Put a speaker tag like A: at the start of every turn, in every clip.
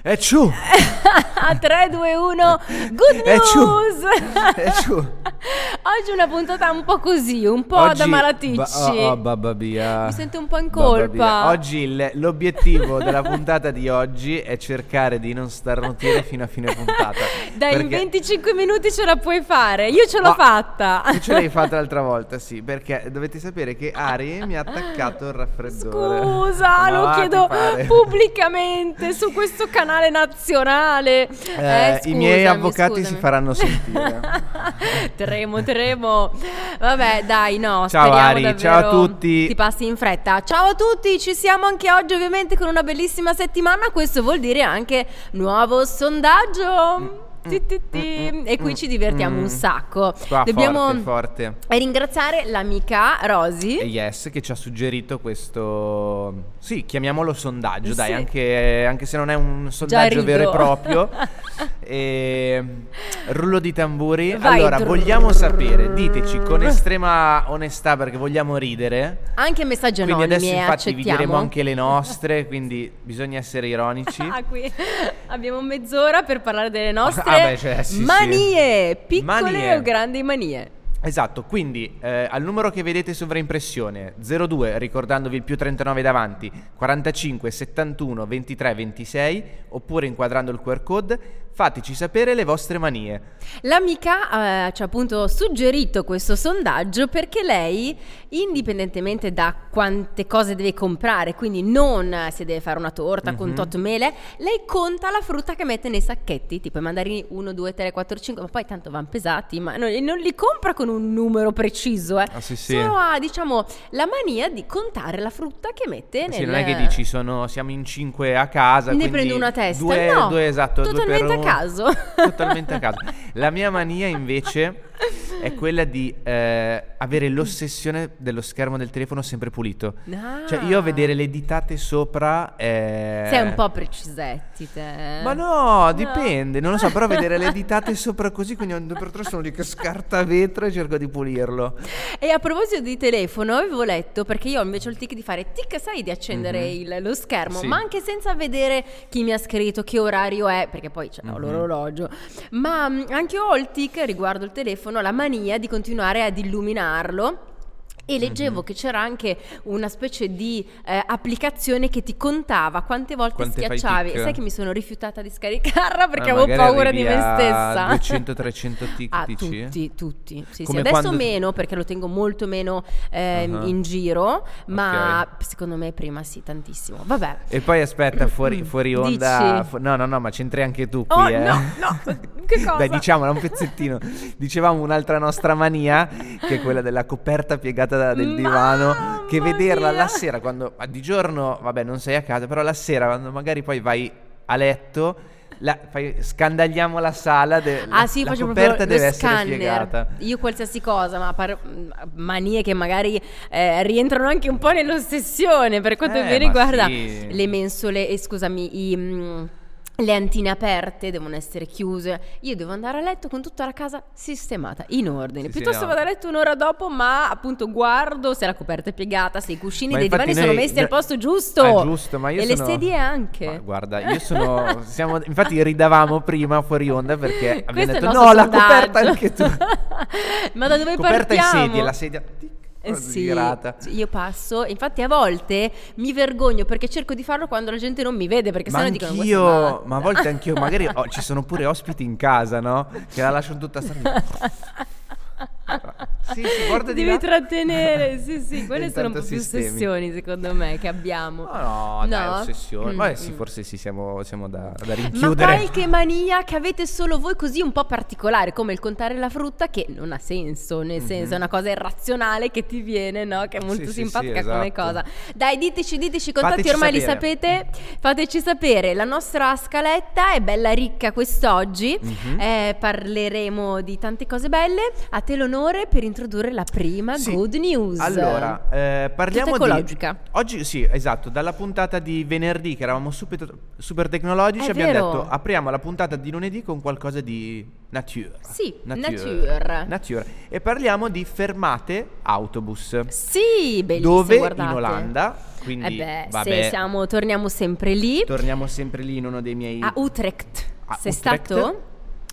A: E ciù!
B: 3, 2, 1, good
A: Eh, ciu.
B: news!
A: E ciù!
B: Oggi è una puntata un po' così, un po' da
A: Oggi-
B: malaticci.
A: ba- oh, oh, babba Bia.
B: Mi sento un po' in
A: Babba Bia.
B: colpa.
A: Oggi il- l'obiettivo della puntata di oggi è cercare di non starnutire fino a fine puntata.
B: Dai, in
A: perché-
B: 25 minuti ce la puoi fare. Io ce l'ho
A: Ma-
B: fatta.
A: Tu ce l'hai fatta l'altra volta, sì, perché dovete sapere che Ari mi ha attaccato il raffreddore.
B: Scusa,
A: No,
B: lo
A: ah, ti
B: chiedo
A: pare.
B: pubblicamente su questo canale nazionale.
A: Eh, I miei
B: scusami,
A: avvocati si
B: scusami.
A: faranno sentire.
B: tremo, tremo. Vabbè, dai, no.
A: Ciao,
B: speriamo
A: Ari,
B: davvero
A: ciao a tutti.
B: Ti passi in fretta. Ciao a tutti, ci siamo anche oggi, ovviamente, con una bellissima settimana. Questo vuol dire anche nuovo sondaggio. Ti, ti, ti.
A: mm, mm,
B: E qui
A: mm,
B: ci divertiamo
A: mm.
B: un sacco.
A: Qua,
B: Dobbiamo
A: forte, forte.
B: ringraziare l'amica Rosy.
A: E Yes che ci ha suggerito questo, sì, chiamiamolo sondaggio, dai,
B: Sì.
A: anche, anche se non è un
B: Già
A: sondaggio vero e
B: rido.
A: proprio. E, rullo di tamburi.
B: Vai,
A: allora,
B: drrrr.
A: vogliamo sapere, diteci con estrema onestà perché vogliamo ridere.
B: Anche messaggi anonimi,
A: quindi adesso
B: eh,
A: infatti vi
B: accettiamo.
A: diremo anche le nostre, quindi bisogna essere ironici.
B: Ah, qui abbiamo mezz'ora per parlare delle nostre
A: Ah, beh, cioè, sì, sì.
B: manie, piccole
A: Manie.
B: o grandi manie.
A: Esatto, quindi eh, al numero che vedete sovraimpressione 02 ricordandovi il più 39 davanti 45 71 23 26 oppure inquadrando il QR code fateci sapere le vostre manie.
B: L'amica eh, ci ha appunto suggerito questo sondaggio perché lei, indipendentemente da quante cose deve comprare, quindi non eh, se deve fare una torta con
A: Mhm.
B: tot mele, lei conta la frutta che mette nei sacchetti, tipo i mandarini 1, 2, 3, 4, 5, ma poi tanto vanno pesati, ma non, non li compra con un numero preciso, eh.
A: Ah sì
B: Solo ha, diciamo, la mania di contare la frutta che mette nel...
A: Eh non è che dici sono, siamo in 5 a casa.
B: Ne
A: quindi
B: prendo una a testa,
A: Due,
B: no,
A: due, esatto, due
B: totalmente
A: per
B: a
A: uno.
B: caso.
A: Totalmente a caso. La mia mania invece è quella di eh, avere l'ossessione dello schermo del telefono sempre pulito.
B: Ah.
A: Cioè, io a vedere le ditate sopra. eh,
B: Sei un po' precisetti te.
A: Ma no, dipende, non lo so, però vedere le ditate sopra così, quindi ogni due per tre sono lì che scarta vetro e cerco di pulirlo.
B: E a proposito di telefono, avevo letto perché io ho invece ho il tic di fare tic, sai, di accendere
A: Mhm.
B: il- lo schermo,
A: Sì.
B: ma anche senza vedere chi mi ha scritto, che orario è, perché poi c'è
A: Mhm.
B: l'orologio. Ma mh, anche io ho il tic riguardo il telefono, la mania di continuare ad illuminarlo. E leggevo
A: Mhm.
B: che c'era anche una specie di eh, applicazione che ti contava quante volte
A: Quante fai
B: schiacciavi.
A: tic?
B: Sai che mi sono rifiutata di scaricarla perché
A: Ah,
B: avevo
A: magari
B: paura
A: arrivi
B: di me
A: a
B: stessa.
A: 200-300 tic,
B: Ah,
A: dici?
B: tutti, tutti. Sì, sì.
A: Come
B: Adesso
A: quando-
B: meno perché lo tengo molto meno ehm,
A: Ah.
B: in giro, ma secondo me prima sì, tantissimo. Vabbè.
A: E poi aspetta, fuori, fuori
B: Dici?
A: onda. fu- no, no, no, ma c'entri anche tu qui.
B: Oh,
A: eh.
B: no, no, che cosa?
A: Dai, diciamola un pezzettino. Dicevamo un'altra nostra mania, che è quella della coperta piegata da- del divano. che
B: Mamma
A: vederla
B: mia!
A: la sera, quando ma di giorno, vabbè, non sei a casa, però la sera, quando magari poi vai a letto. la- fai- scandagliamo la sala. de- Cioè, la-
B: Ah sì,
A: la
B: faccio
A: coperta
B: proprio
A: deve
B: lo
A: essere
B: scanner.
A: piegata.
B: Io qualsiasi cosa, ma par- manie che magari eh, rientrano anche un po' nell'ossessione per quanto
A: Eh,
B: mi
A: ma
B: riguarda.
A: sì.
B: Le mensole, eh, scusami, i, mm, le antine aperte devono essere chiuse. Io devo andare a letto con tutta la casa sistemata, in ordine.
A: Sì, sì,
B: Piuttosto
A: no.
B: vado a letto un'ora dopo, ma appunto guardo se la coperta è piegata, se i cuscini
A: Ma
B: dei
A: infatti
B: divani sono
A: noi-
B: messi al posto giusto.
A: Ah, giusto, ma io
B: e le
A: sono-
B: sedie anche.
A: Ma guarda, io sono. siamo- infatti, ridavamo prima fuori onda perché abbiamo
B: Questo è il
A: detto:
B: nostro
A: No, la
B: sondaggio."
A: coperta anche tu.
B: Ma da dove
A: coperta
B: partiamo?
A: e sedie, la sedia. tic,
B: Eh sì,
A: girata.
B: io passo, infatti a volte mi vergogno perché cerco di farlo quando la gente non mi vede perché
A: Ma
B: sennò dicono
A: anch'io,
B: "Questa è matta".
A: ma a volte anch'io, magari oh, ci sono pure ospiti in casa, no? Che la lasciano tutta strana. Sì, sì, guarda di
B: Devi
A: là.
B: trattenere, sì, sì, quelle sono un po'
A: Intanto
B: più
A: sistemi.
B: sessioni secondo me che abbiamo.
A: No, no, dai,
B: No?
A: ossessione.
B: Mm,
A: Ma sì,
B: mm.
A: forse sì, siamo, siamo da, da
B: Ma
A: rinchiudere.
B: qualche mania che avete solo voi così un po' particolare, come il contare la frutta, che non ha senso, nel
A: Mhm.
B: senso è una cosa irrazionale che ti viene, no? Che è molto
A: Sì, sì,
B: simpatica
A: sì,
B: come
A: esatto.
B: cosa. Dai, diteci, diteci, i contatti
A: Fateci
B: ormai
A: sapere.
B: li sapete, fateci sapere. La nostra scaletta è bella ricca quest'oggi,
A: Mhm.
B: Eh, parleremo di tante cose belle. A te l'onore per introdurre la prima
A: Sì.
B: good news.
A: Allora, eh, parliamo
B: Tutta
A: di-
B: ecologica.
A: Oggi sì, esatto, dalla puntata di venerdì che eravamo super, super tecnologici
B: È
A: abbiamo
B: vero.
A: detto apriamo la puntata di lunedì con qualcosa di nature.
B: Sì,
A: Nature.
B: nature.
A: Nature. E parliamo di fermate autobus.
B: Sì, bellissimo,
A: dove
B: guardate.
A: in Olanda, quindi
B: eh beh,
A: vabbè,
B: se siamo, torniamo sempre lì.
A: torniamo sempre lì in uno dei miei
B: a Utrecht.
A: a
B: Sei
A: Utrecht.
B: stato?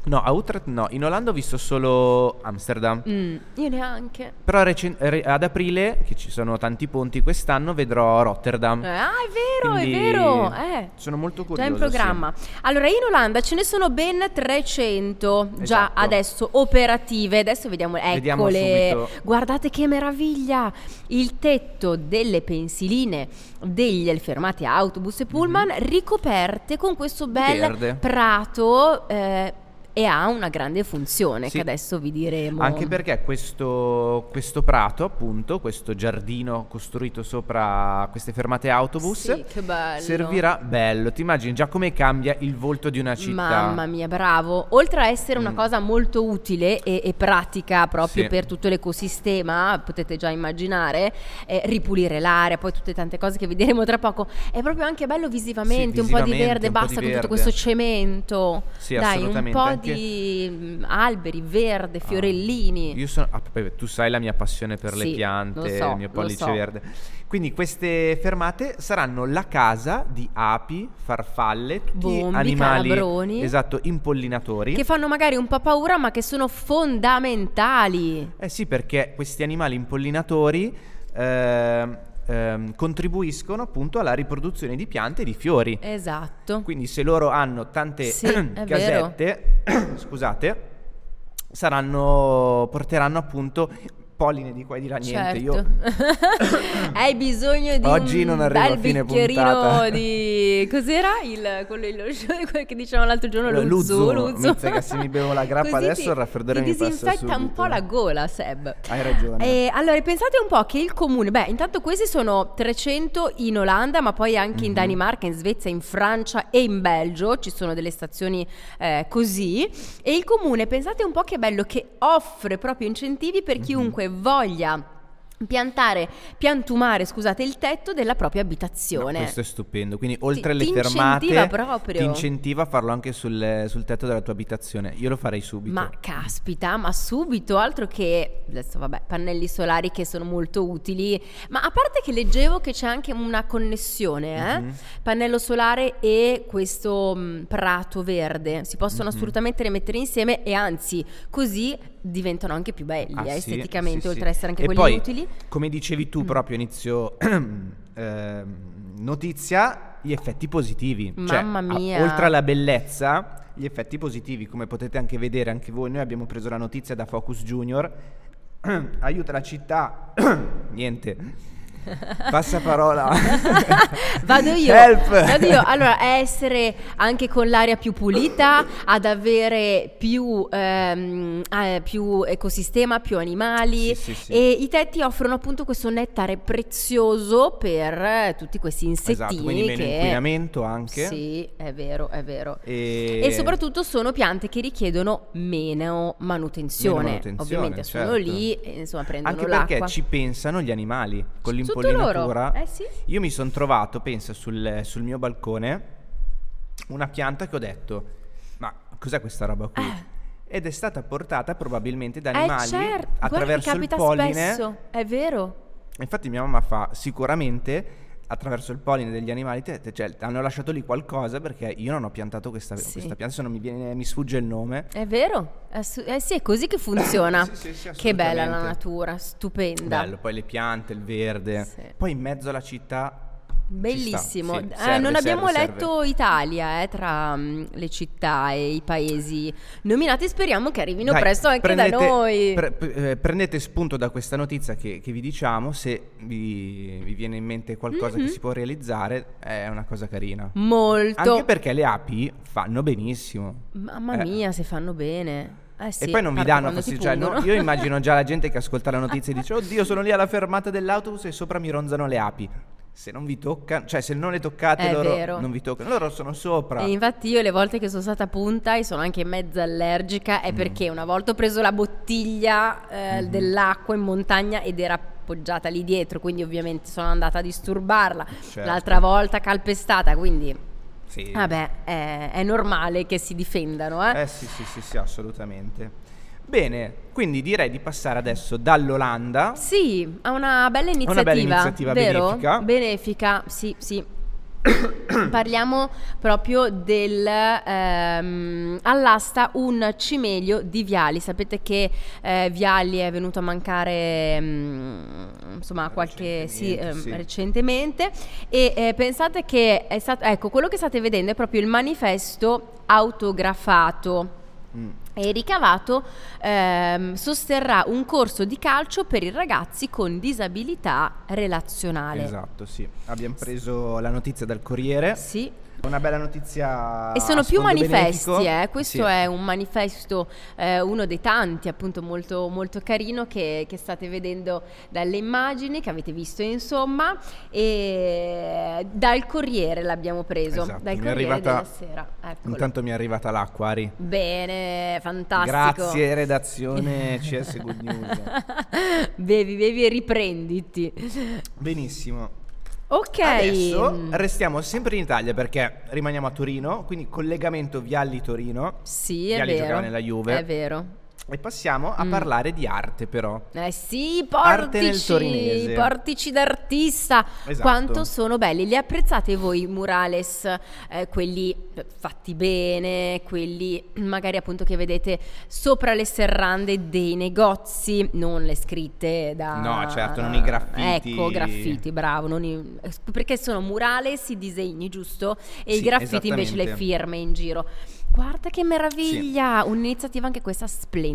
A: No, a Utrecht no, in Olanda ho visto solo Amsterdam.
B: Mm, io neanche.
A: Però recen- re- ad aprile, che ci sono tanti ponti quest'anno, vedrò Rotterdam.
B: Eh, ah, è vero,
A: Quindi
B: è vero. Eh.
A: Sono molto curioso.
B: Già in
A: sì.
B: programma. Allora, in Olanda ce ne sono ben 300 già
A: Esatto.
B: adesso operative. Adesso vediamo, eccole.
A: Vediamo subito.
B: Guardate che meraviglia! Il tetto delle pensiline degli fermati autobus e pullman ricoperte con questo bel
A: Mhm. Verde.
B: prato eh, e ha una grande funzione
A: Sì.
B: che adesso vi diremo.
A: Anche perché questo, questo prato, appunto, questo giardino costruito sopra queste fermate autobus,
B: Sì, che bello.
A: servirà bello. Ti immagini già come cambia il volto di una città?
B: Mamma mia, bravo. Oltre a essere una
A: Mm.
B: cosa molto utile e, e pratica proprio
A: Sì.
B: per tutto l'ecosistema, potete già immaginare, eh, ripulire l'area, poi tutte tante cose che vedremo tra poco, è proprio anche bello
A: Sì,
B: visivamente, un po' di
A: visivamente,
B: verde,
A: un po' di
B: basta con tutto
A: verde.
B: questo cemento.
A: Sì,
B: Dai, un
A: assolutamente.
B: po'
A: anche-
B: di mm, alberi, verde,
A: Ah,
B: fiorellini.
A: io sono, ah, beh, tu sai la mia passione per le
B: Sì,
A: piante,
B: lo so,
A: il mio
B: lo
A: pollice
B: so.
A: verde. Quindi queste fermate saranno la casa di api, farfalle, tutti
B: Bombi,
A: animali
B: calabroni.
A: esatto, impollinatori.
B: Che fanno magari un po' paura, ma che sono fondamentali.
A: Eh sì, perché questi animali impollinatori ehm, ehm, contribuiscono appunto alla riproduzione di piante e di fiori.
B: Esatto.
A: Quindi se loro hanno tante
B: Sì, è
A: casette, scusate, saranno, porteranno appunto polline di qua e di là. Niente, io
B: Certo. Hai bisogno di
A: Oggi
B: un
A: non arrivo a
B: bel
A: fine
B: bicchierino
A: puntata.
B: di cos'era il quello, il- quello che dicevamo l'altro giorno
A: Lo-
B: Luzzo,
A: Luzzo, mentre che se mi bevo la grappa
B: Così
A: adesso
B: ti-
A: il raffreddore
B: ti
A: mi passa
B: disinfetta un
A: subito.
B: po' la gola, Seb.
A: Hai ragione.
B: Eh, allora, pensate un po' che il comune, beh, intanto questi sono 300 in Olanda, ma poi anche in
A: Mhm.
B: Danimarca, in Svezia, in Francia e in Belgio ci sono delle stazioni eh, così. E il comune, pensate un po' che bello, che offre proprio incentivi
A: Mhm.
B: per chiunque voglia piantare, piantumare, scusate, il tetto della propria
A: No,
B: abitazione.
A: questo è stupendo. Quindi, oltre alle
B: ti
A: fermate,
B: incentiva proprio.
A: ti incentiva a farlo anche sul, sul tetto della tua abitazione. Io lo farei subito.
B: Ma caspita, ma subito, altro che adesso vabbè, pannelli solari che sono molto utili, ma a parte che leggevo che c'è anche una connessione, eh?
A: Mhm.
B: Pannello solare e questo mh, prato verde, si possono
A: Mhm.
B: assolutamente le mettere insieme e anzi, così diventano anche più belli
A: Ah,
B: eh,
A: sì,
B: esteticamente,
A: sì,
B: oltre
A: sì.
B: a essere anche
A: E
B: quelli
A: poi,
B: utili.
A: Come dicevi tu
B: Mm.
A: proprio a inizio ehm, notizia, gli effetti positivi. Cioè,
B: Mamma
A: a-
B: mia.
A: oltre alla bellezza, gli effetti positivi, come potete anche vedere anche voi, noi abbiamo preso la notizia da Focus Junior. Aiuta la città. Niente. Passa parola.
B: Vado io.
A: Help.
B: Vado io. Allora, a essere anche con l'aria più pulita, ad avere più, ehm, eh, più ecosistema, più animali.
A: Sì, sì, sì.
B: E i tetti offrono appunto questo nettare prezioso per eh, tutti questi insettini.
A: Esatto, quindi meno
B: che...
A: inquinamento anche.
B: Sì, è vero, è vero.
A: E,
B: E soprattutto sono piante che richiedono meno manutenzione.
A: Meno manutenzione,
B: Ovviamente sono
A: certo.
B: lì, e, insomma, prendono
A: anche
B: l'acqua.
A: perché ci pensano gli animali con
B: Tutto loro.
A: l'impollinatura.
B: Eh sì.
A: Io mi sono trovato, pensa, sul, sul mio balcone una pianta che ho detto, ma cos'è questa roba qui? Ed è stata portata probabilmente da animali
B: Ah. eh, certo.
A: attraverso
B: Guarda che capita
A: il polline.
B: spesso, è vero.
A: Infatti mia mamma fa sicuramente attraverso il polline degli animali, te- te- cioè hanno lasciato lì qualcosa perché io non ho piantato questa,
B: Sì.
A: questa pianta, se non mi, viene- mi sfugge il nome.
B: È vero, assu- eh sì, è così che funziona.
A: Sì, sì, sì,
B: che bella la
A: assolutamente.
B: natura, stupenda.
A: Bello, poi le piante, il verde.
B: Sì.
A: Poi in mezzo alla città
B: Bellissimo.
A: Ci sta, sì,
B: Eh,
A: serve,
B: non
A: serve,
B: abbiamo
A: serve.
B: letto Italia eh, tra mm, le città e i paesi nominati, speriamo che arrivino
A: Dai,
B: presto anche da
A: prendete-
B: noi.
A: pre- pre- eh, prendete spunto da questa notizia che, che vi diciamo, se vi, vi viene in mente qualcosa
B: Mhm.
A: che si può realizzare, è una cosa carina.
B: Molto.
A: Anche perché le api fanno benissimo.
B: Mamma
A: Eh.
B: mia, se fanno bene. Eh sì,
A: e poi non mi
B: parte
A: danno
B: quando ti
A: fastidio, cioè, no,
B: pungono.
A: io immagino già la gente che ascolta la notizia e dice "Oddio, sono lì alla fermata dell'autobus e sopra mi ronzano le api". se non vi toccano, cioè se non le toccate
B: È
A: loro
B: vero.
A: non vi toccano, loro sono sopra.
B: E infatti io le volte che sono stata a punta e sono anche mezza allergica è
A: Mm.
B: perché una volta ho preso la bottiglia eh,
A: Mhm.
B: dell'acqua in montagna ed era appoggiata lì dietro, quindi ovviamente sono andata a disturbarla.
A: Certo.
B: L'altra volta calpestata, quindi
A: Sì.
B: vabbè, è, è normale che si difendano, eh.
A: Eh sì, sì, sì, sì, assolutamente. Bene, quindi direi di passare adesso dall'Olanda.
B: Sì, ha una bella iniziativa.
A: Una bella iniziativa
B: vero?
A: benefica.
B: Benefica, sì, sì. Parliamo proprio del ehm, all'asta un cimelio di Viali. Sapete che eh, Viali è venuto a mancare mm, insomma qualche sì,
A: Eh, Recentemente,
B: ehm,
A: sì.
B: recentemente e eh, pensate che è stato ecco quello che state vedendo è proprio il manifesto autografato
A: Mm.
B: e ricavato ehm, sosterrà un corso di calcio per i ragazzi con disabilità relazionale.
A: Esatto, sì. Abbiamo preso la notizia dal Corriere.
B: Sì.
A: Una bella notizia.
B: E
A: a
B: sono più
A: Ah, sfondo
B: manifesti,
A: benefico.
B: eh. questo
A: Sì.
B: è un manifesto, eh, uno dei tanti appunto molto, molto carino che, che state vedendo dalle immagini, che avete visto insomma, e dal Corriere l'abbiamo preso,
A: Esatto,
B: dal
A: mi è
B: Corriere
A: arrivata-
B: della Sera. Eccolo.
A: Intanto mi è arrivata l'acqua, Ari.
B: Bene, fantastico.
A: Grazie redazione CS Good News.
B: bevi, bevi e riprenditi.
A: Benissimo.
B: Ok. Mm.
A: Adesso restiamo sempre in Italia perché rimaniamo a Torino, quindi collegamento Vialli-Torino
B: Sì, è
A: Vialli
B: vero.
A: giocava nella Juve.
B: È vero.
A: e passiamo a
B: Mm.
A: parlare di arte però.
B: Eh sì,
A: Arte nel
B: portici,
A: torinese.
B: portici d'artista.
A: Esatto.
B: Quanto sono belli. Li apprezzate voi i murales, eh, quelli fatti bene, quelli magari appunto che vedete sopra le serrande dei negozi, non le scritte da...
A: No, certo, non i graffiti.
B: Ecco, graffiti, bravo. non i- Perché sono murales, i disegni, giusto? E i
A: Sì,
B: graffiti invece le
A: esattamente.
B: firme in giro. Guarda che meraviglia! Un'iniziativa anche questa splendida.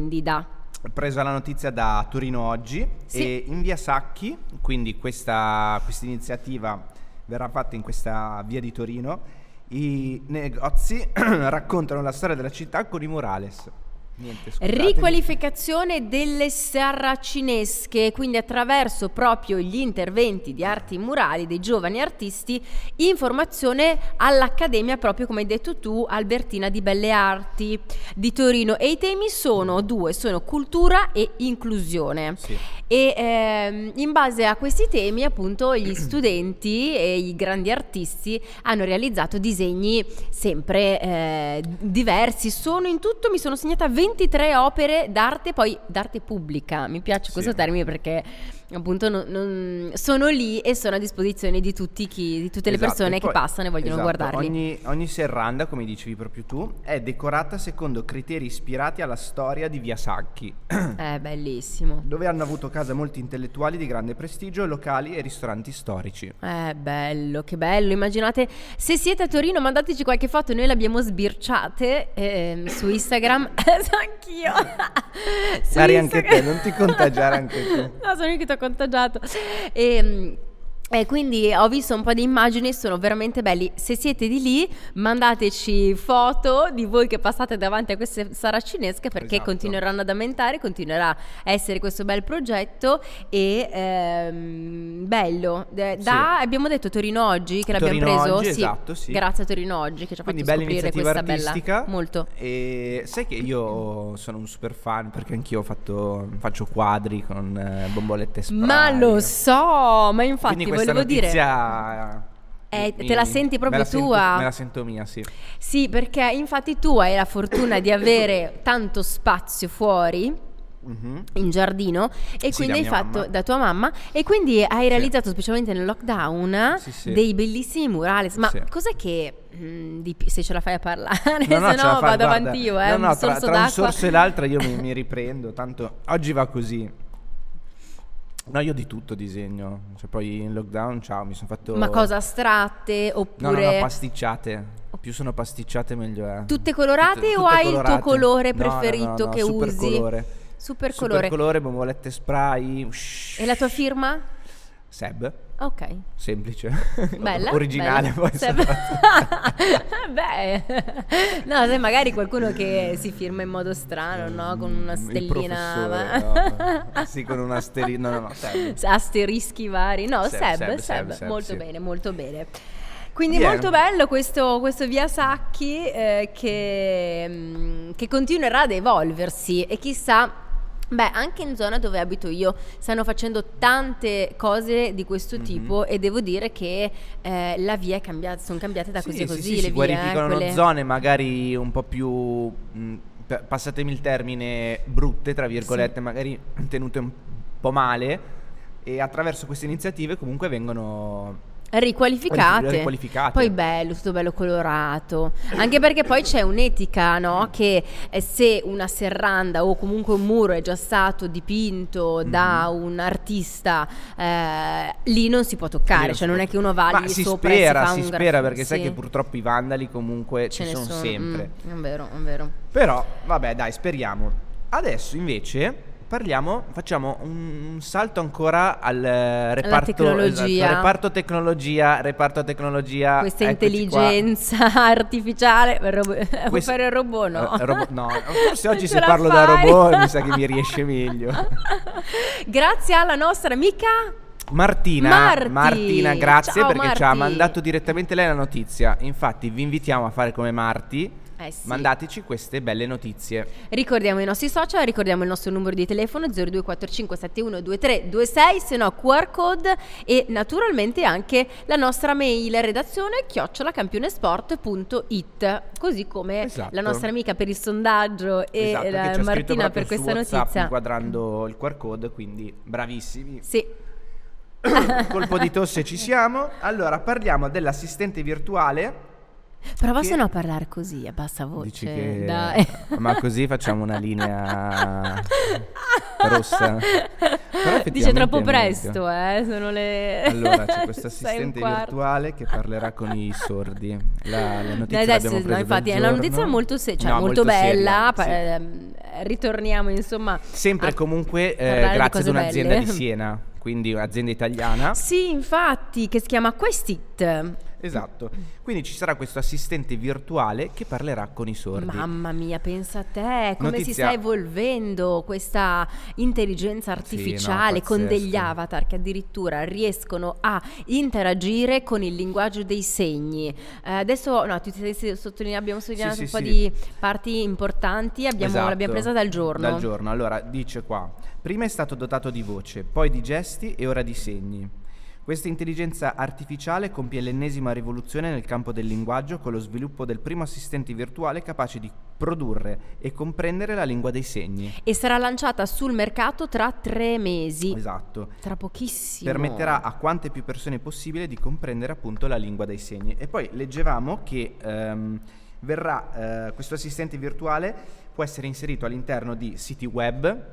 A: presa la notizia da Torino oggi
B: Sì.
A: e in via Sacchi, quindi questa questa iniziativa verrà fatta in questa via di Torino, i negozi raccontano la storia della città con i murales. Niente, scusatemi.
B: Riqualificazione delle sarracinesche, quindi attraverso proprio gli interventi di arti murali dei giovani artisti, in formazione all'Accademia, proprio come hai detto tu, Albertina di Belle Arti di Torino. E i temi sono due, sono cultura e inclusione.
A: Sì.
B: E ehm, in base a questi temi, appunto, gli studenti e i grandi artisti hanno realizzato disegni sempre eh, diversi. Sono in tutto, mi sono segnata 23 opere d'arte, poi d'arte pubblica. Mi piace
A: Sì.
B: questo termine perché appunto non- non- sono lì e sono a disposizione di, tutti chi- di tutte le
A: Esatto,
B: persone
A: e
B: che
A: poi-
B: passano e vogliono
A: esatto,
B: guardarli.
A: Ogni, ogni serranda, come dicevi proprio tu, è decorata secondo criteri ispirati alla storia di Via Sacchi,
B: È bellissimo.
A: dove hanno avuto casa molti intellettuali di grande prestigio, locali e ristoranti storici.
B: Eh, bello, che bello. Immaginate, se siete a Torino, mandateci qualche foto, noi le abbiamo sbirciate ehm, su Instagram. Eh, So anch'io. Su
A: Dari, anche
B: Instagram.
A: te, non ti contagiare anche tu.
B: No, sono io che ti ho contagiato. Ehm, E, quindi ho visto un po' di immagini, sono veramente belli. Se siete di lì, mandateci foto di voi che passate davanti a queste saracinesche perché
A: Esatto.
B: continueranno ad aumentare, continuerà a essere questo bel progetto e ehm, bello. Eh,
A: Sì.
B: Da, Abbiamo detto Torino Oggi che l'abbiamo
A: Torino
B: preso,
A: Oggi,
B: sì,
A: esatto, sì.
B: grazie a Torino Oggi che ci ha
A: Quindi
B: fatto
A: bella
B: scoprire
A: iniziativa
B: questa
A: artistica.
B: bella molto.
A: E sai che io sono un super fan perché anch'io ho fatto, faccio quadri con eh, bombolette spray.
B: Ma lo so, ma infatti
A: Quindi questa
B: volevo dire
A: notizia,
B: Eh,
A: mi-
B: te la senti proprio
A: me la sento-
B: tua?
A: me la sento mia, sì.
B: Sì, perché infatti tu hai la fortuna di avere tanto spazio fuori
A: Mhm.
B: in giardino e
A: Sì,
B: quindi
A: da
B: hai
A: mia
B: fatto
A: mamma.
B: da tua mamma e quindi hai realizzato specialmente nel lockdown
A: Sì, sì.
B: dei bellissimi murales ma
A: Sì.
B: cos'è che mh, di più- se ce la fai a parlare
A: No, no, ce la fa-
B: se no vado
A: guarda,
B: avanti io eh,
A: no, no,
B: un
A: tra,
B: sorso
A: tra
B: d'acqua
A: un sorso e l'altro io mi, mi riprendo. Tanto oggi va così. No, io di tutto disegno. Cioè, poi in lockdown, ciao, mi sono fatto.
B: ma cose astratte
A: No, no, no,
B: oppure
A: pasticciate. Più sono pasticciate, meglio è.
B: Tutte colorate o hai il tuo colore preferito che
A: super
B: usi?
A: Colore.
B: super
A: Super
B: colore
A: colore, bombolette spray. ush.
B: e la tua firma?
A: Seb,
B: Ok.
A: semplice,
B: Bella.
A: originale
B: bella.
A: poi.
B: Se- Beh, no, se magari qualcuno che si firma in modo strano, no? Con una
A: Mm, il
B: stellina.
A: professore,
B: ma-
A: no. Sì, con una steri- no, no, no, Seb.
B: Asterischi vari. No,
A: Seb,
B: Seb,
A: Seb,
B: Seb,
A: Seb, Seb,
B: molto
A: sì.
B: bene, molto bene. Quindi
A: Bien.
B: molto bello questo, questo via Sacchi eh, che, mm, che continuerà ad evolversi e chissà. Beh, anche in zona dove abito io stanno facendo tante cose di questo
A: Mhm.
B: tipo e devo dire che eh, la via è cambiata, sono cambiate da
A: Sì,
B: così
A: sì,
B: a così
A: sì,
B: le
A: si
B: vie. eh,
A: guarificano
B: quelle-
A: zone magari un po' più, mh, pa- passatemi il termine, brutte, tra virgolette, magari tenute un po' male e attraverso queste iniziative comunque vengono
B: riqualificate.
A: riqualificate.
B: Poi bello, tutto bello colorato. Anche perché poi c'è un'etica, no? Che eh, se una serranda o comunque un muro è già stato dipinto
A: Mm-hmm.
B: da un artista, eh, lì non si può toccare.
A: Lì
B: Cioè,
A: si
B: non è
A: può-
B: che uno va
A: Ma
B: lì
A: si
B: sopra
A: spera,
B: e si fa
A: si
B: un
A: spera
B: graffiti.
A: perché sai
B: Sì,
A: che purtroppo i vandali comunque ci
B: ce ne
A: sono, sempre.
B: Mm, è vero, è vero.
A: Però, vabbè, dai, speriamo. Adesso invece parliamo, facciamo un, un salto ancora al eh, reparto
B: tecnologia.
A: esatto, reparto tecnologia, reparto tecnologia.
B: Questa
A: Ah, eccoci qua.
B: intelligenza artificiale, robo- vuoi
A: Questa-
B: fare il robot? No,
A: Eh, robot- no. Forse
B: Non
A: oggi
B: ce
A: se
B: la
A: parlo da
B: fai.
A: robot mi sa che mi riesce meglio.
B: Grazie alla nostra amica
A: Martina,
B: Marti!
A: Martina, grazie
B: Ciao,
A: perché ci ha
B: Marti.
A: mandato direttamente lei la notizia. Infatti, vi invitiamo a fare come Marti.
B: Eh sì.
A: Mandateci queste belle notizie.
B: Ricordiamo i nostri social, ricordiamo il nostro numero di telefono 0245712326, se no QR code e naturalmente anche la nostra mail redazione chiocciolacampionesport.it, così come
A: Esatto.
B: la nostra amica per il sondaggio e
A: esatto, che
B: la
A: ci ha scritto
B: Martina
A: proprio
B: per
A: su
B: questa
A: WhatsApp
B: notizia.
A: inquadrando il QR code, quindi bravissimi.
B: Sì,
A: Colpo di tosse ci siamo. Allora, parliamo dell'assistente virtuale.
B: prova
A: Che-
B: se no a parlare così, a bassa voce.
A: Dici che-
B: Dai.
A: ma così facciamo una linea rossa. Però
B: Dice
A: effettivamente è
B: troppo
A: meglio.
B: presto, eh, sono le...
A: Allora c'è questo
B: Sei un
A: assistente
B: quarto.
A: virtuale che parlerà con i sordi. La, la notizia
B: Dai, dai,
A: l'abbiamo
B: sì,
A: presa
B: no, infatti
A: del
B: è una
A: giorno.
B: notizia molto, se- cioè,
A: No,
B: molto, bella.
A: seria,
B: pa-
A: sì.
B: ehm, ritorniamo insomma.
A: Sempre
B: a
A: comunque eh,
B: Ah, parlare di
A: grazie ad
B: cose
A: un'azienda
B: belle.
A: di Siena, quindi un'azienda italiana.
B: Sì, infatti, che si chiama Questit.
A: Esatto. Quindi ci sarà questo assistente virtuale che parlerà con i sordi.
B: Mamma mia, pensa a te, come si
A: Notizia-
B: sta evolvendo questa intelligenza artificiale
A: Sì, no,
B: con degli
A: pazzesco.
B: avatar che addirittura riescono a interagire con il linguaggio dei segni. Eh, adesso no, ti- ti- ti- sottoline- abbiamo sottolineato
A: sì,
B: un po'
A: sì.
B: di parti importanti, abbiamo-
A: Esatto.
B: l'abbiamo presa dal giorno.
A: Dal giorno. Allora, dice qua: prima è stato dotato di voce, poi di gesti e ora di segni. Questa intelligenza artificiale compie l'ennesima rivoluzione nel campo del linguaggio con lo sviluppo del primo assistente virtuale capace di produrre e comprendere la lingua dei segni.
B: E sarà lanciata sul mercato tra tre mesi.
A: Esatto.
B: Tra pochissimo.
A: Permetterà a quante più persone possibile di comprendere appunto la lingua dei segni. E poi leggevamo che ehm, verrà eh, questo assistente virtuale può essere inserito all'interno di siti web,
B: Pazzesco.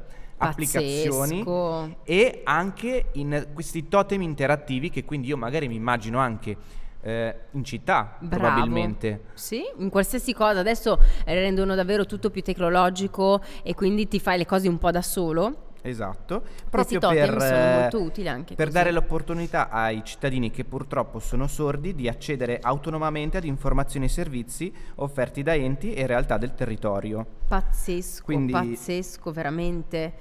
A: applicazioni e anche in questi totem interattivi che quindi io magari mi immagino anche eh, in città
B: Bravo.
A: probabilmente.
B: Sì, in qualsiasi cosa. Adesso eh, rendono davvero tutto più tecnologico e quindi ti fai le cose un po' da solo.
A: Esatto, proprio
B: totem
A: per,
B: sono
A: eh,
B: molto utili anche
A: per
B: così.
A: dare l'opportunità ai cittadini che purtroppo sono sordi di accedere autonomamente ad informazioni e servizi offerti da enti e realtà del territorio.
B: Pazzesco,
A: Quindi-
B: pazzesco, veramente.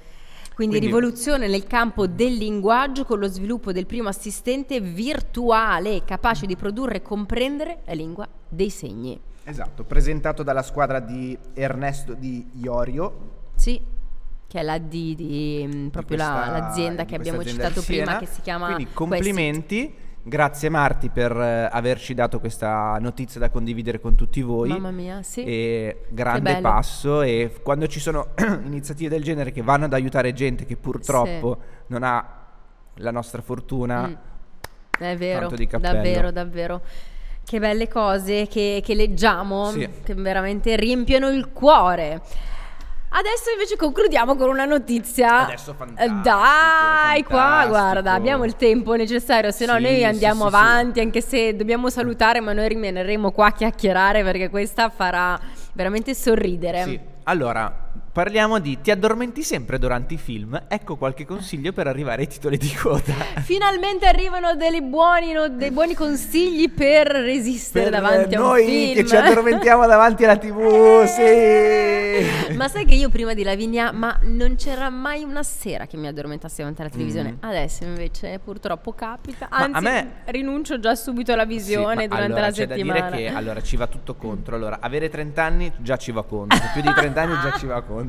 B: Quindi,
A: Quindi-
B: rivoluzione nel campo del linguaggio con lo sviluppo del primo assistente virtuale capace di produrre e comprendere la lingua dei segni.
A: Esatto, presentato dalla squadra di Ernesto di Iorio.
B: Sì, che è la D di mm, proprio la-
A: questa-
B: l'azienda
A: di
B: che abbiamo
A: questa azienda
B: citato
A: di Siena.
B: prima, che si chiama
A: Quindi complimenti, grazie Marti per eh, averci dato questa notizia da condividere con tutti voi.
B: Questit. Mamma mia, sì.
A: E
B: Che
A: grande
B: bello.
A: passo e f- quando ci sono iniziative del genere che vanno ad aiutare gente che purtroppo non ha la nostra fortuna,
B: Mm. È vero,
A: Tanto di cappello.
B: davvero, davvero. Che belle cose che, che leggiamo,
A: Sì.
B: che veramente riempiono il cuore. Adesso invece concludiamo con una notizia. Eh,
A: Adesso fantastico,
B: Dai, qua
A: fantastico.
B: guarda, abbiamo il tempo necessario, se no
A: Sì, sì,
B: noi andiamo
A: sì, sì.
B: avanti, anche se dobbiamo salutare, ma noi rimaneremo qua a chiacchierare perché questa farà veramente sorridere.
A: Sì. allora Parliamo di ti addormenti sempre durante i film, ecco qualche consiglio per arrivare ai titoli di quota.
B: Finalmente arrivano dei buoni, no- dei buoni consigli per resistere
A: Per
B: davanti a un
A: noi
B: film.
A: che ci addormentiamo davanti alla tv, Uh, sì!
B: Eh. Ma sai che io prima di Lavinia, ma non c'era mai una sera che mi addormentassi davanti alla televisione.
A: Mm.
B: Adesso invece purtroppo capita.
A: Ma a
B: Anzi,
A: me-
B: rinuncio già subito alla visione
A: Sì, ma
B: durante
A: allora,
B: la
A: c'è
B: settimana.
A: da dire che allora ci va tutto contro. Allora, avere 30 anni già ci va contro. Più di 30 anni già ci va contro.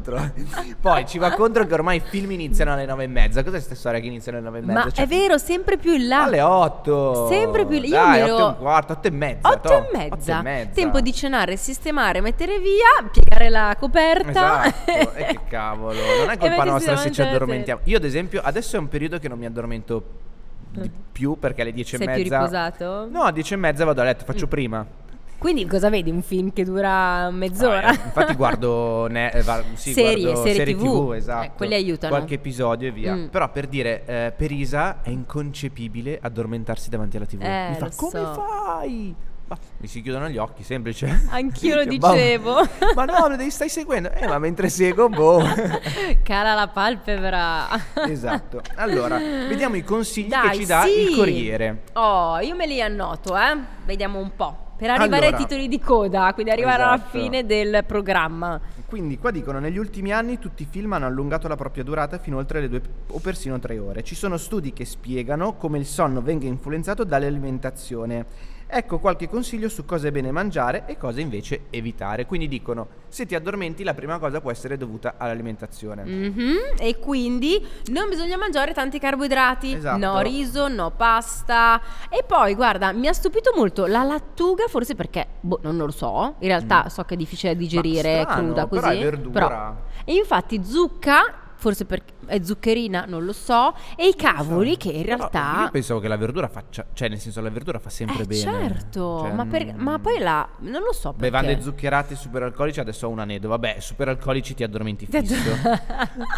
A: Poi ci va contro che ormai i film iniziano alle 9 e mezza. Cos'è questa storia che iniziano alle 9 e mezza? cioè
B: Ma è vero, sempre più in là.
A: Alle 8.
B: Sempre più. Io
A: Dai,
B: mi ero.
A: 8 e un quarto, 8 e mezza.
B: 8
A: toh,
B: e mezza.
A: 8 e mezza.
B: Tempo di cenare, sistemare, mettere via, piegare la coperta.
A: Esatto, e che cavolo, non è
B: E
A: colpa
B: mettersi
A: nostra se
B: davanti
A: ci
B: alla tele.
A: addormentiamo. Io, ad esempio, adesso è un periodo che non mi addormento di più perché alle 10
B: Mm. Sei
A: e
B: più
A: mezza.
B: riposato? Mm.
A: No, a 10 e mezza vado a letto, faccio prima.
B: Quindi cosa vedi? Un film che dura mezz'ora?
A: Ah, eh, infatti guardo, ne- eh, va- sì,
B: Serie,
A: guardo
B: serie
A: serie
B: TV,
A: TV, esatto.
B: eh, quelli aiutano.
A: Qualche episodio e via.
B: Mm.
A: Però per dire, eh, per Isa è inconcepibile addormentarsi davanti alla TV.
B: Eh,
A: Mi fa
B: lo
A: come
B: so."
A: fai? Ma mi si chiudono gli occhi, semplice.
B: Anch'io lo
A: Dice, "Boh,
B: dicevo."
A: Ma no, lo devi- stai seguendo. Eh, ma mentre seguo, boh.
B: Cara la palpebra.
A: esatto. Allora, vediamo i consigli che
B: Dai,
A: ci dà
B: sì.
A: il Corriere.
B: Oh, io me li annoto, eh. Vediamo un po'. Per arrivare
A: Allora.
B: ai titoli di coda, quindi arrivare
A: Esatto.
B: alla fine del programma.
A: Quindi qua dicono negli ultimi anni tutti i film hanno allungato la propria durata fino oltre le due o persino tre ore. Ci sono studi che spiegano come il sonno venga influenzato dall'alimentazione. Ecco qualche consiglio su cosa è bene mangiare e cosa invece evitare. Quindi dicono se ti addormenti la prima cosa può essere dovuta all'alimentazione.
B: Mhm, E quindi non bisogna mangiare tanti carboidrati,
A: Esatto.
B: no riso, no pasta. E poi guarda, mi ha stupito molto la lattuga, forse perché, boh, non lo so, in realtà
A: Mm.
B: so che è difficile da digerire
A: strano,
B: cruda così.
A: però è verdura. cioè.
B: però- E infatti zucca, forse perché è zuccherina, non lo so, e i cavoli che in
A: Però
B: realtà...
A: Io pensavo che la verdura faccia. Cioè, nel senso, la verdura fa sempre
B: Eh,
A: bene.
B: certo,
A: Cioè,
B: ma, per-
A: mm.
B: ma poi la... non lo so perché.
A: Bevande zuccherate superalcolici, adesso ho un aneddoto. Vabbè, superalcolici ti addormenti
B: Ti
A: fisso.
B: addor-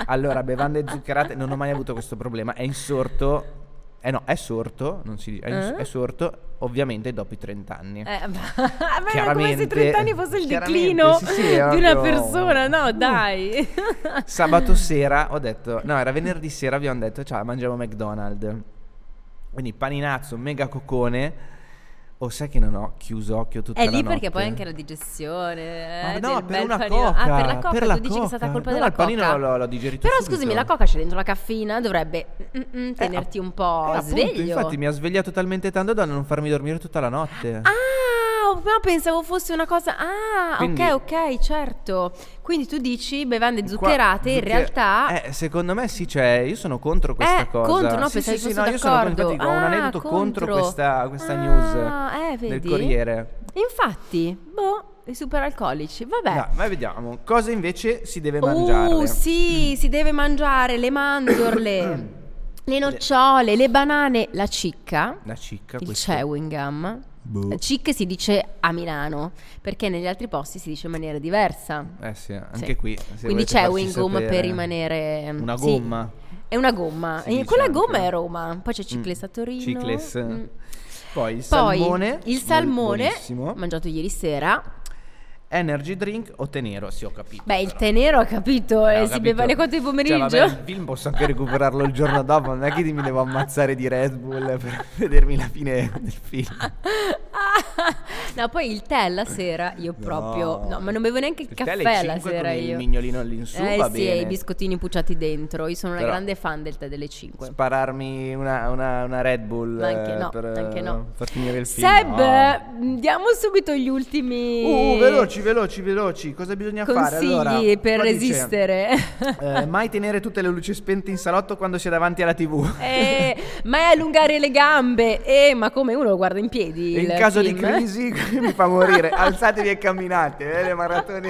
A: allora, bevande zuccherate, non ho mai avuto questo problema. È insorto. Eh no, è sorto, non si dice, è, ins-
B: Eh?
A: è sorto ovviamente dopo i 30 anni.
B: Eh, ma- ma era come se
A: Chiaramente-
B: 30 anni fosse il
A: chiaramente,
B: declino
A: sì, sì,
B: di
A: è
B: una
A: proprio-
B: persona, no
A: Mm.
B: dai.
A: Sabato sera ho detto, no, era venerdì sera, abbiamo detto, ciao, mangiamo McDonald's. Quindi paninazzo, mega cocone. O sai che non ho chiuso occhio tutta
B: È
A: la
B: lì perché poi
A: notte?
B: anche la digestione.
A: Ma
B: eh,
A: no,
B: del
A: per
B: bel
A: una
B: panino.
A: coca,
B: Ah, per la coca,
A: per
B: tu
A: la
B: dici che è stata
A: coca.
B: colpa
A: No,
B: della
A: il panino
B: coca.
A: l'ho- l'ho digerito
B: Però
A: subito.
B: scusami, la coca c'è dentro la caffeina, dovrebbe mm, mm, tenerti
A: Eh,
B: un po'
A: eh, appunto,
B: sveglio.
A: infatti mi ha svegliato talmente tanto da non farmi dormire tutta la notte.
B: Ah, ma pensavo fosse una cosa. Ah,
A: Quindi-
B: ok, ok, certo. Quindi tu dici bevande
A: Qua-
B: zuccherate, in
A: zuccher-
B: realtà
A: Eh, secondo me sì, cioè, io sono contro questa
B: eh,
A: cosa.
B: contro, no,
A: sì,
B: pensavo
A: sì, sì,
B: fosse
A: no, io sono
B: d'accordo.
A: infatti ho un
B: Ah,
A: aneddoto contro,
B: contro.
A: questa, questa
B: Ah, eh,
A: news del
B: vedi?
A: Corriere.
B: Infatti, boh, i superalcolici, vabbè.
A: No, ma vediamo, cosa invece si deve mangiare?
B: Uh, sì, si deve mangiare le mandorle, le nocciole, le banane, la cicca,
A: La cicca,
B: il
A: questo.
B: chewing gum.
A: Boh.
B: Cicca si dice a Milano, perché negli altri posti si dice in maniera diversa.
A: Eh sì, anche
B: Sì.
A: qui. se
B: Quindi
A: volete
B: c'è
A: farci
B: Wingum
A: sapere.
B: per rimanere mm,
A: Una
B: sì.
A: gomma.
B: È una gomma.
A: Si
B: Eh,
A: dice
B: Quella
A: anche.
B: gomma è a Roma. Poi c'è Cicles
A: Mm.
B: a Torino.
A: Cicles.
B: Mm.
A: Poi il
B: Poi
A: salmone.
B: il
A: buon-
B: salmone
A: buonissimo.
B: mangiato ieri sera.
A: Energy drink o tè nero? Sì, ho capito.
B: Beh, il
A: però.
B: tè nero ho capito,
A: Eh,
B: eh,
A: ho
B: si
A: capito.
B: beva alle 4 di
A: Cioè,
B: pomeriggio.
A: vabbè, il film posso anche recuperarlo il giorno dopo. Non è che mi devo ammazzare di Red Bull eh, per vedermi la fine del film.
B: no, poi il tè la sera io proprio no, ma non bevo neanche il,
A: Il tè alle
B: caffè la
A: cinque
B: sera
A: con il
B: io.
A: mignolino lì in su,
B: eh
A: va
B: sì,
A: bene.
B: e i biscottini pucciati dentro. Io sono una
A: Però-
B: grande fan del tè delle 5.
A: Spararmi una, una- una Red Bull
B: Ma anche
A: eh,
B: no,
A: per,
B: anche no.
A: far finire il film.
B: Seb,
A: no.
B: diamo subito gli ultimi
A: Uh, veloci, veloci, veloci. Cosa bisogna fare?
B: consigli
A: Allora,
B: per
A: qua dice,
B: resistere.
A: eh, mai tenere tutte le luci spente in salotto quando si è davanti alla TV.
B: Eh, mai allungare le gambe. Eh, ma come uno lo guarda in piedi?
A: E in
B: il
A: caso di
B: film?
A: crisi mi fa morire. Alzatevi e camminate. eh, le maratone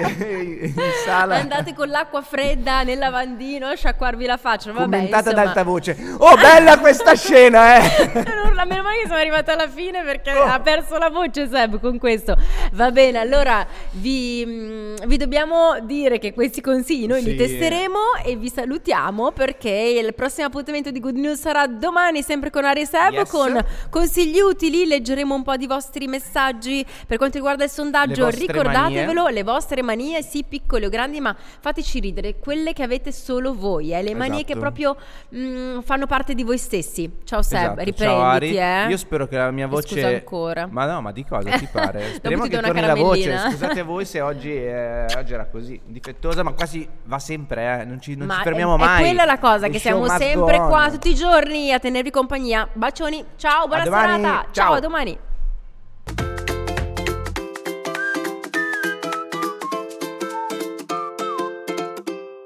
A: in sala.
B: Andate con l'acqua fredda nel lavandino a sciacquarvi la faccia. Vabbè,
A: Commentata ad
B: insomma,
A: alta voce. Oh, bella questa Oh, scena, eh! Oh.
B: non dirla, meno male che sono arrivata alla fine perché ha perso la voce Seb con questo. Va bene, allora vi, mm, vi dobbiamo dire che questi consigli noi li
C: Sì.
B: testeremo e vi salutiamo perché il prossimo appuntamento di Good News sarà domani sempre con Ari e Seb
A: Yes.
B: con consigli utili, leggeremo un po' di vostri messaggi per quanto riguarda il sondaggio,
A: vostre
B: ricordatevelo le vostre manie, sì piccole o grandi, ma fateci ridere, quelle che avete solo voi, eh, le manie
C: Esatto.
B: che proprio mm, fanno parte di voi stessi. Ciao Seb,
A: Esatto. Ciao,
B: riprenditi,
A: Ari.
B: eh.
A: Io spero che la mia
B: Mi
A: voce.
B: scusa ancora.
A: Ma no, ma di cosa ti
B: Dopo
A: pare?
B: ti
A: Speriamo
B: do
A: che
B: una
A: torni la voce.
B: caramellina.
A: Scusate voi se oggi, eh, oggi era così difettosa, ma quasi va sempre, eh. non, ci, non
B: Ma
A: ci
B: è-
A: fermiamo
B: è,
A: mai.
B: quella la cosa,
A: Il
B: che
A: show
B: siamo
A: must go
B: sempre
A: on.
B: qua tutti i giorni a tenervi compagnia. Bacioni, ciao, buona
A: domani,
B: serata,
A: ciao.
B: ciao a domani.